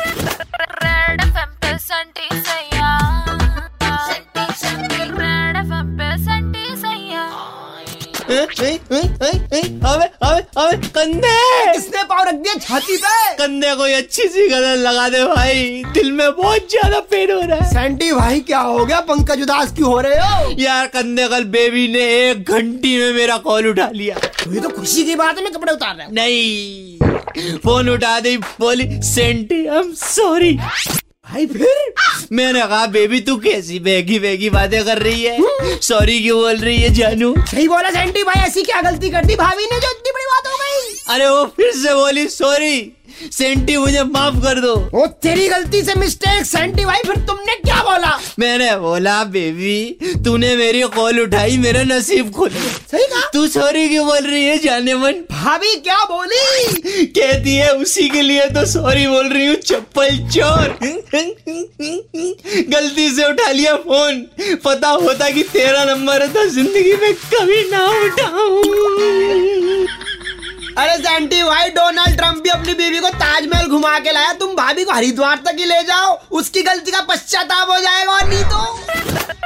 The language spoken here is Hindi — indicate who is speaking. Speaker 1: रेड एफएम पे संटी सैया संटी संटी रेड एफएम पे संटी सैया
Speaker 2: अबे अबे अबे कंधे
Speaker 3: किसने पाव रख दिया छाती पे
Speaker 2: कंधे कोई अच्छी सी गजल लगा दे भाई दिल में बहुत ज्यादा पेन हो रहा है
Speaker 3: सैंटी भाई क्या हो गया पंकज उदास क्यों हो रहे हो
Speaker 2: यार कंधे कल बेबी ने एक घंटी में मेरा कॉल उठा लिया
Speaker 3: ये तो खुशी की बात है मैं कपड़े उतार रहा हूँ
Speaker 2: नहीं फोन उठा दी बोली सेंटी आई एम सॉरी
Speaker 3: भाई फिर
Speaker 2: मैंने कहा बेबी तू कैसी बेगी बेगी बातें कर रही है सॉरी क्यों बोल रही है जानू
Speaker 3: सही बोला सैंटी भाई ऐसी क्या गलती कर दी भाभी ने जो इतनी बड़ी बात हो गई
Speaker 2: अरे वो फिर से बोली सॉरी सेंटी मुझे माफ कर दो
Speaker 3: वो तेरी गलती से मिस्टेक सैंटी भाई फिर तुमने क्या बोला
Speaker 2: मैंने बोला बेबी तूने मेरी कॉल उठाई मेरा नसीब खोल
Speaker 3: सही कहा
Speaker 2: तू सॉरी क्यों बोल रही है जाने मन
Speaker 3: भाभी क्या बोली
Speaker 2: कहती है उसी के लिए तो सॉरी बोल रही हूँ चप्पल चोर गलती से उठा लिया फोन पता होता कि तेरा नंबर था जिंदगी में कभी ना उठाऊं
Speaker 3: अरे सैंटी भाई डोनाल्ड ट्रंप भी अपनी बीवी को ताजमहल घुमा के लाया तुम भाभी को हरिद्वार तक ही ले जाओ उसकी गलती का पश्चाताप हो जाएगा और नहीं तो